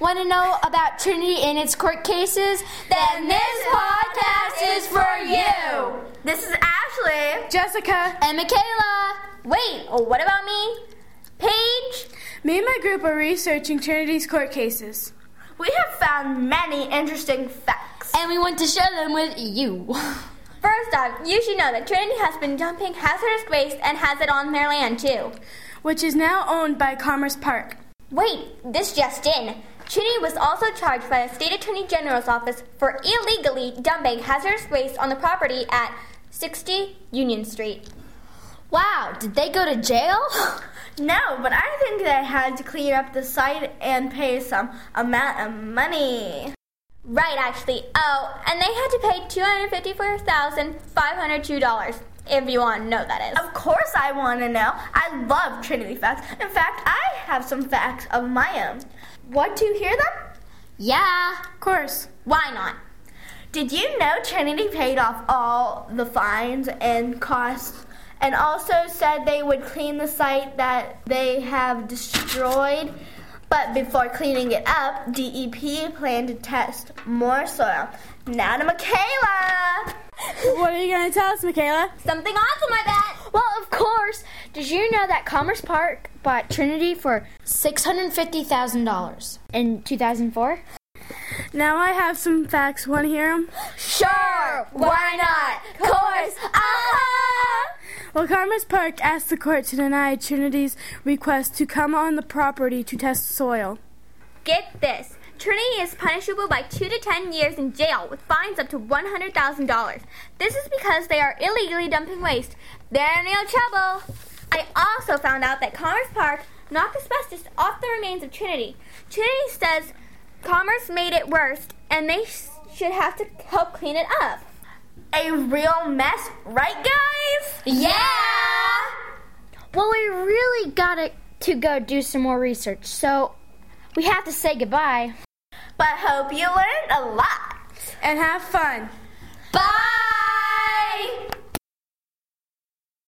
want to know about Trinity and its court cases? Then this podcast is for you. This is Ashley. Jessica, And Michaela. Wait, oh, what about me? Paige. me and my group are researching Trinity's court cases. We have found many interesting facts. And we want to share them with you. First off, you should know that Trinity has been dumping hazardous waste and has it on their land too. which is now owned by Commerce Park. Wait, this just in. Trinity was also charged by the state attorney general's office for illegally dumping hazardous waste on the property at 60 Union Street. Wow, did they go to jail? No, but I think they had to clean up the site and pay some amount of money. Right, actually. Oh, and they had to pay $254,502, if you want to know that is. Of course, I want to know. I love Trinity facts. In fact, I have some facts of my own. What do you hear them? yeah. Of course. Why not? Did you know Trinity paid off all the fines and costs and also said they would clean the site that they have destroyed? But before cleaning it up, DEP planned to test more soil. Now to Michaela! What are you going to tell us, Michaela? Something awesome, I bet! Well, of course. Did you know that Commerce Park bought Trinity for $650,000. in 2004? Now I have some facts. Want to hear them? Sure! Why not? Course! uh-huh. Well, Commerce Park asked the court to deny Trinity's request to come on the property to test soil. Get this. Trinity is punishable by 2 to 10 years in jail with fines up to $100,000. This is because they are illegally dumping waste. They're no trouble. I also found out that Commerce Park knocked asbestos off the remains of Trinity. Trinity says Commerce made it worse and they sh- should have to help clean it up. A real mess, right, guys? Yeah! Well, we really got it to go do some more research, so we have to say goodbye. But hope you learned a lot. And have fun.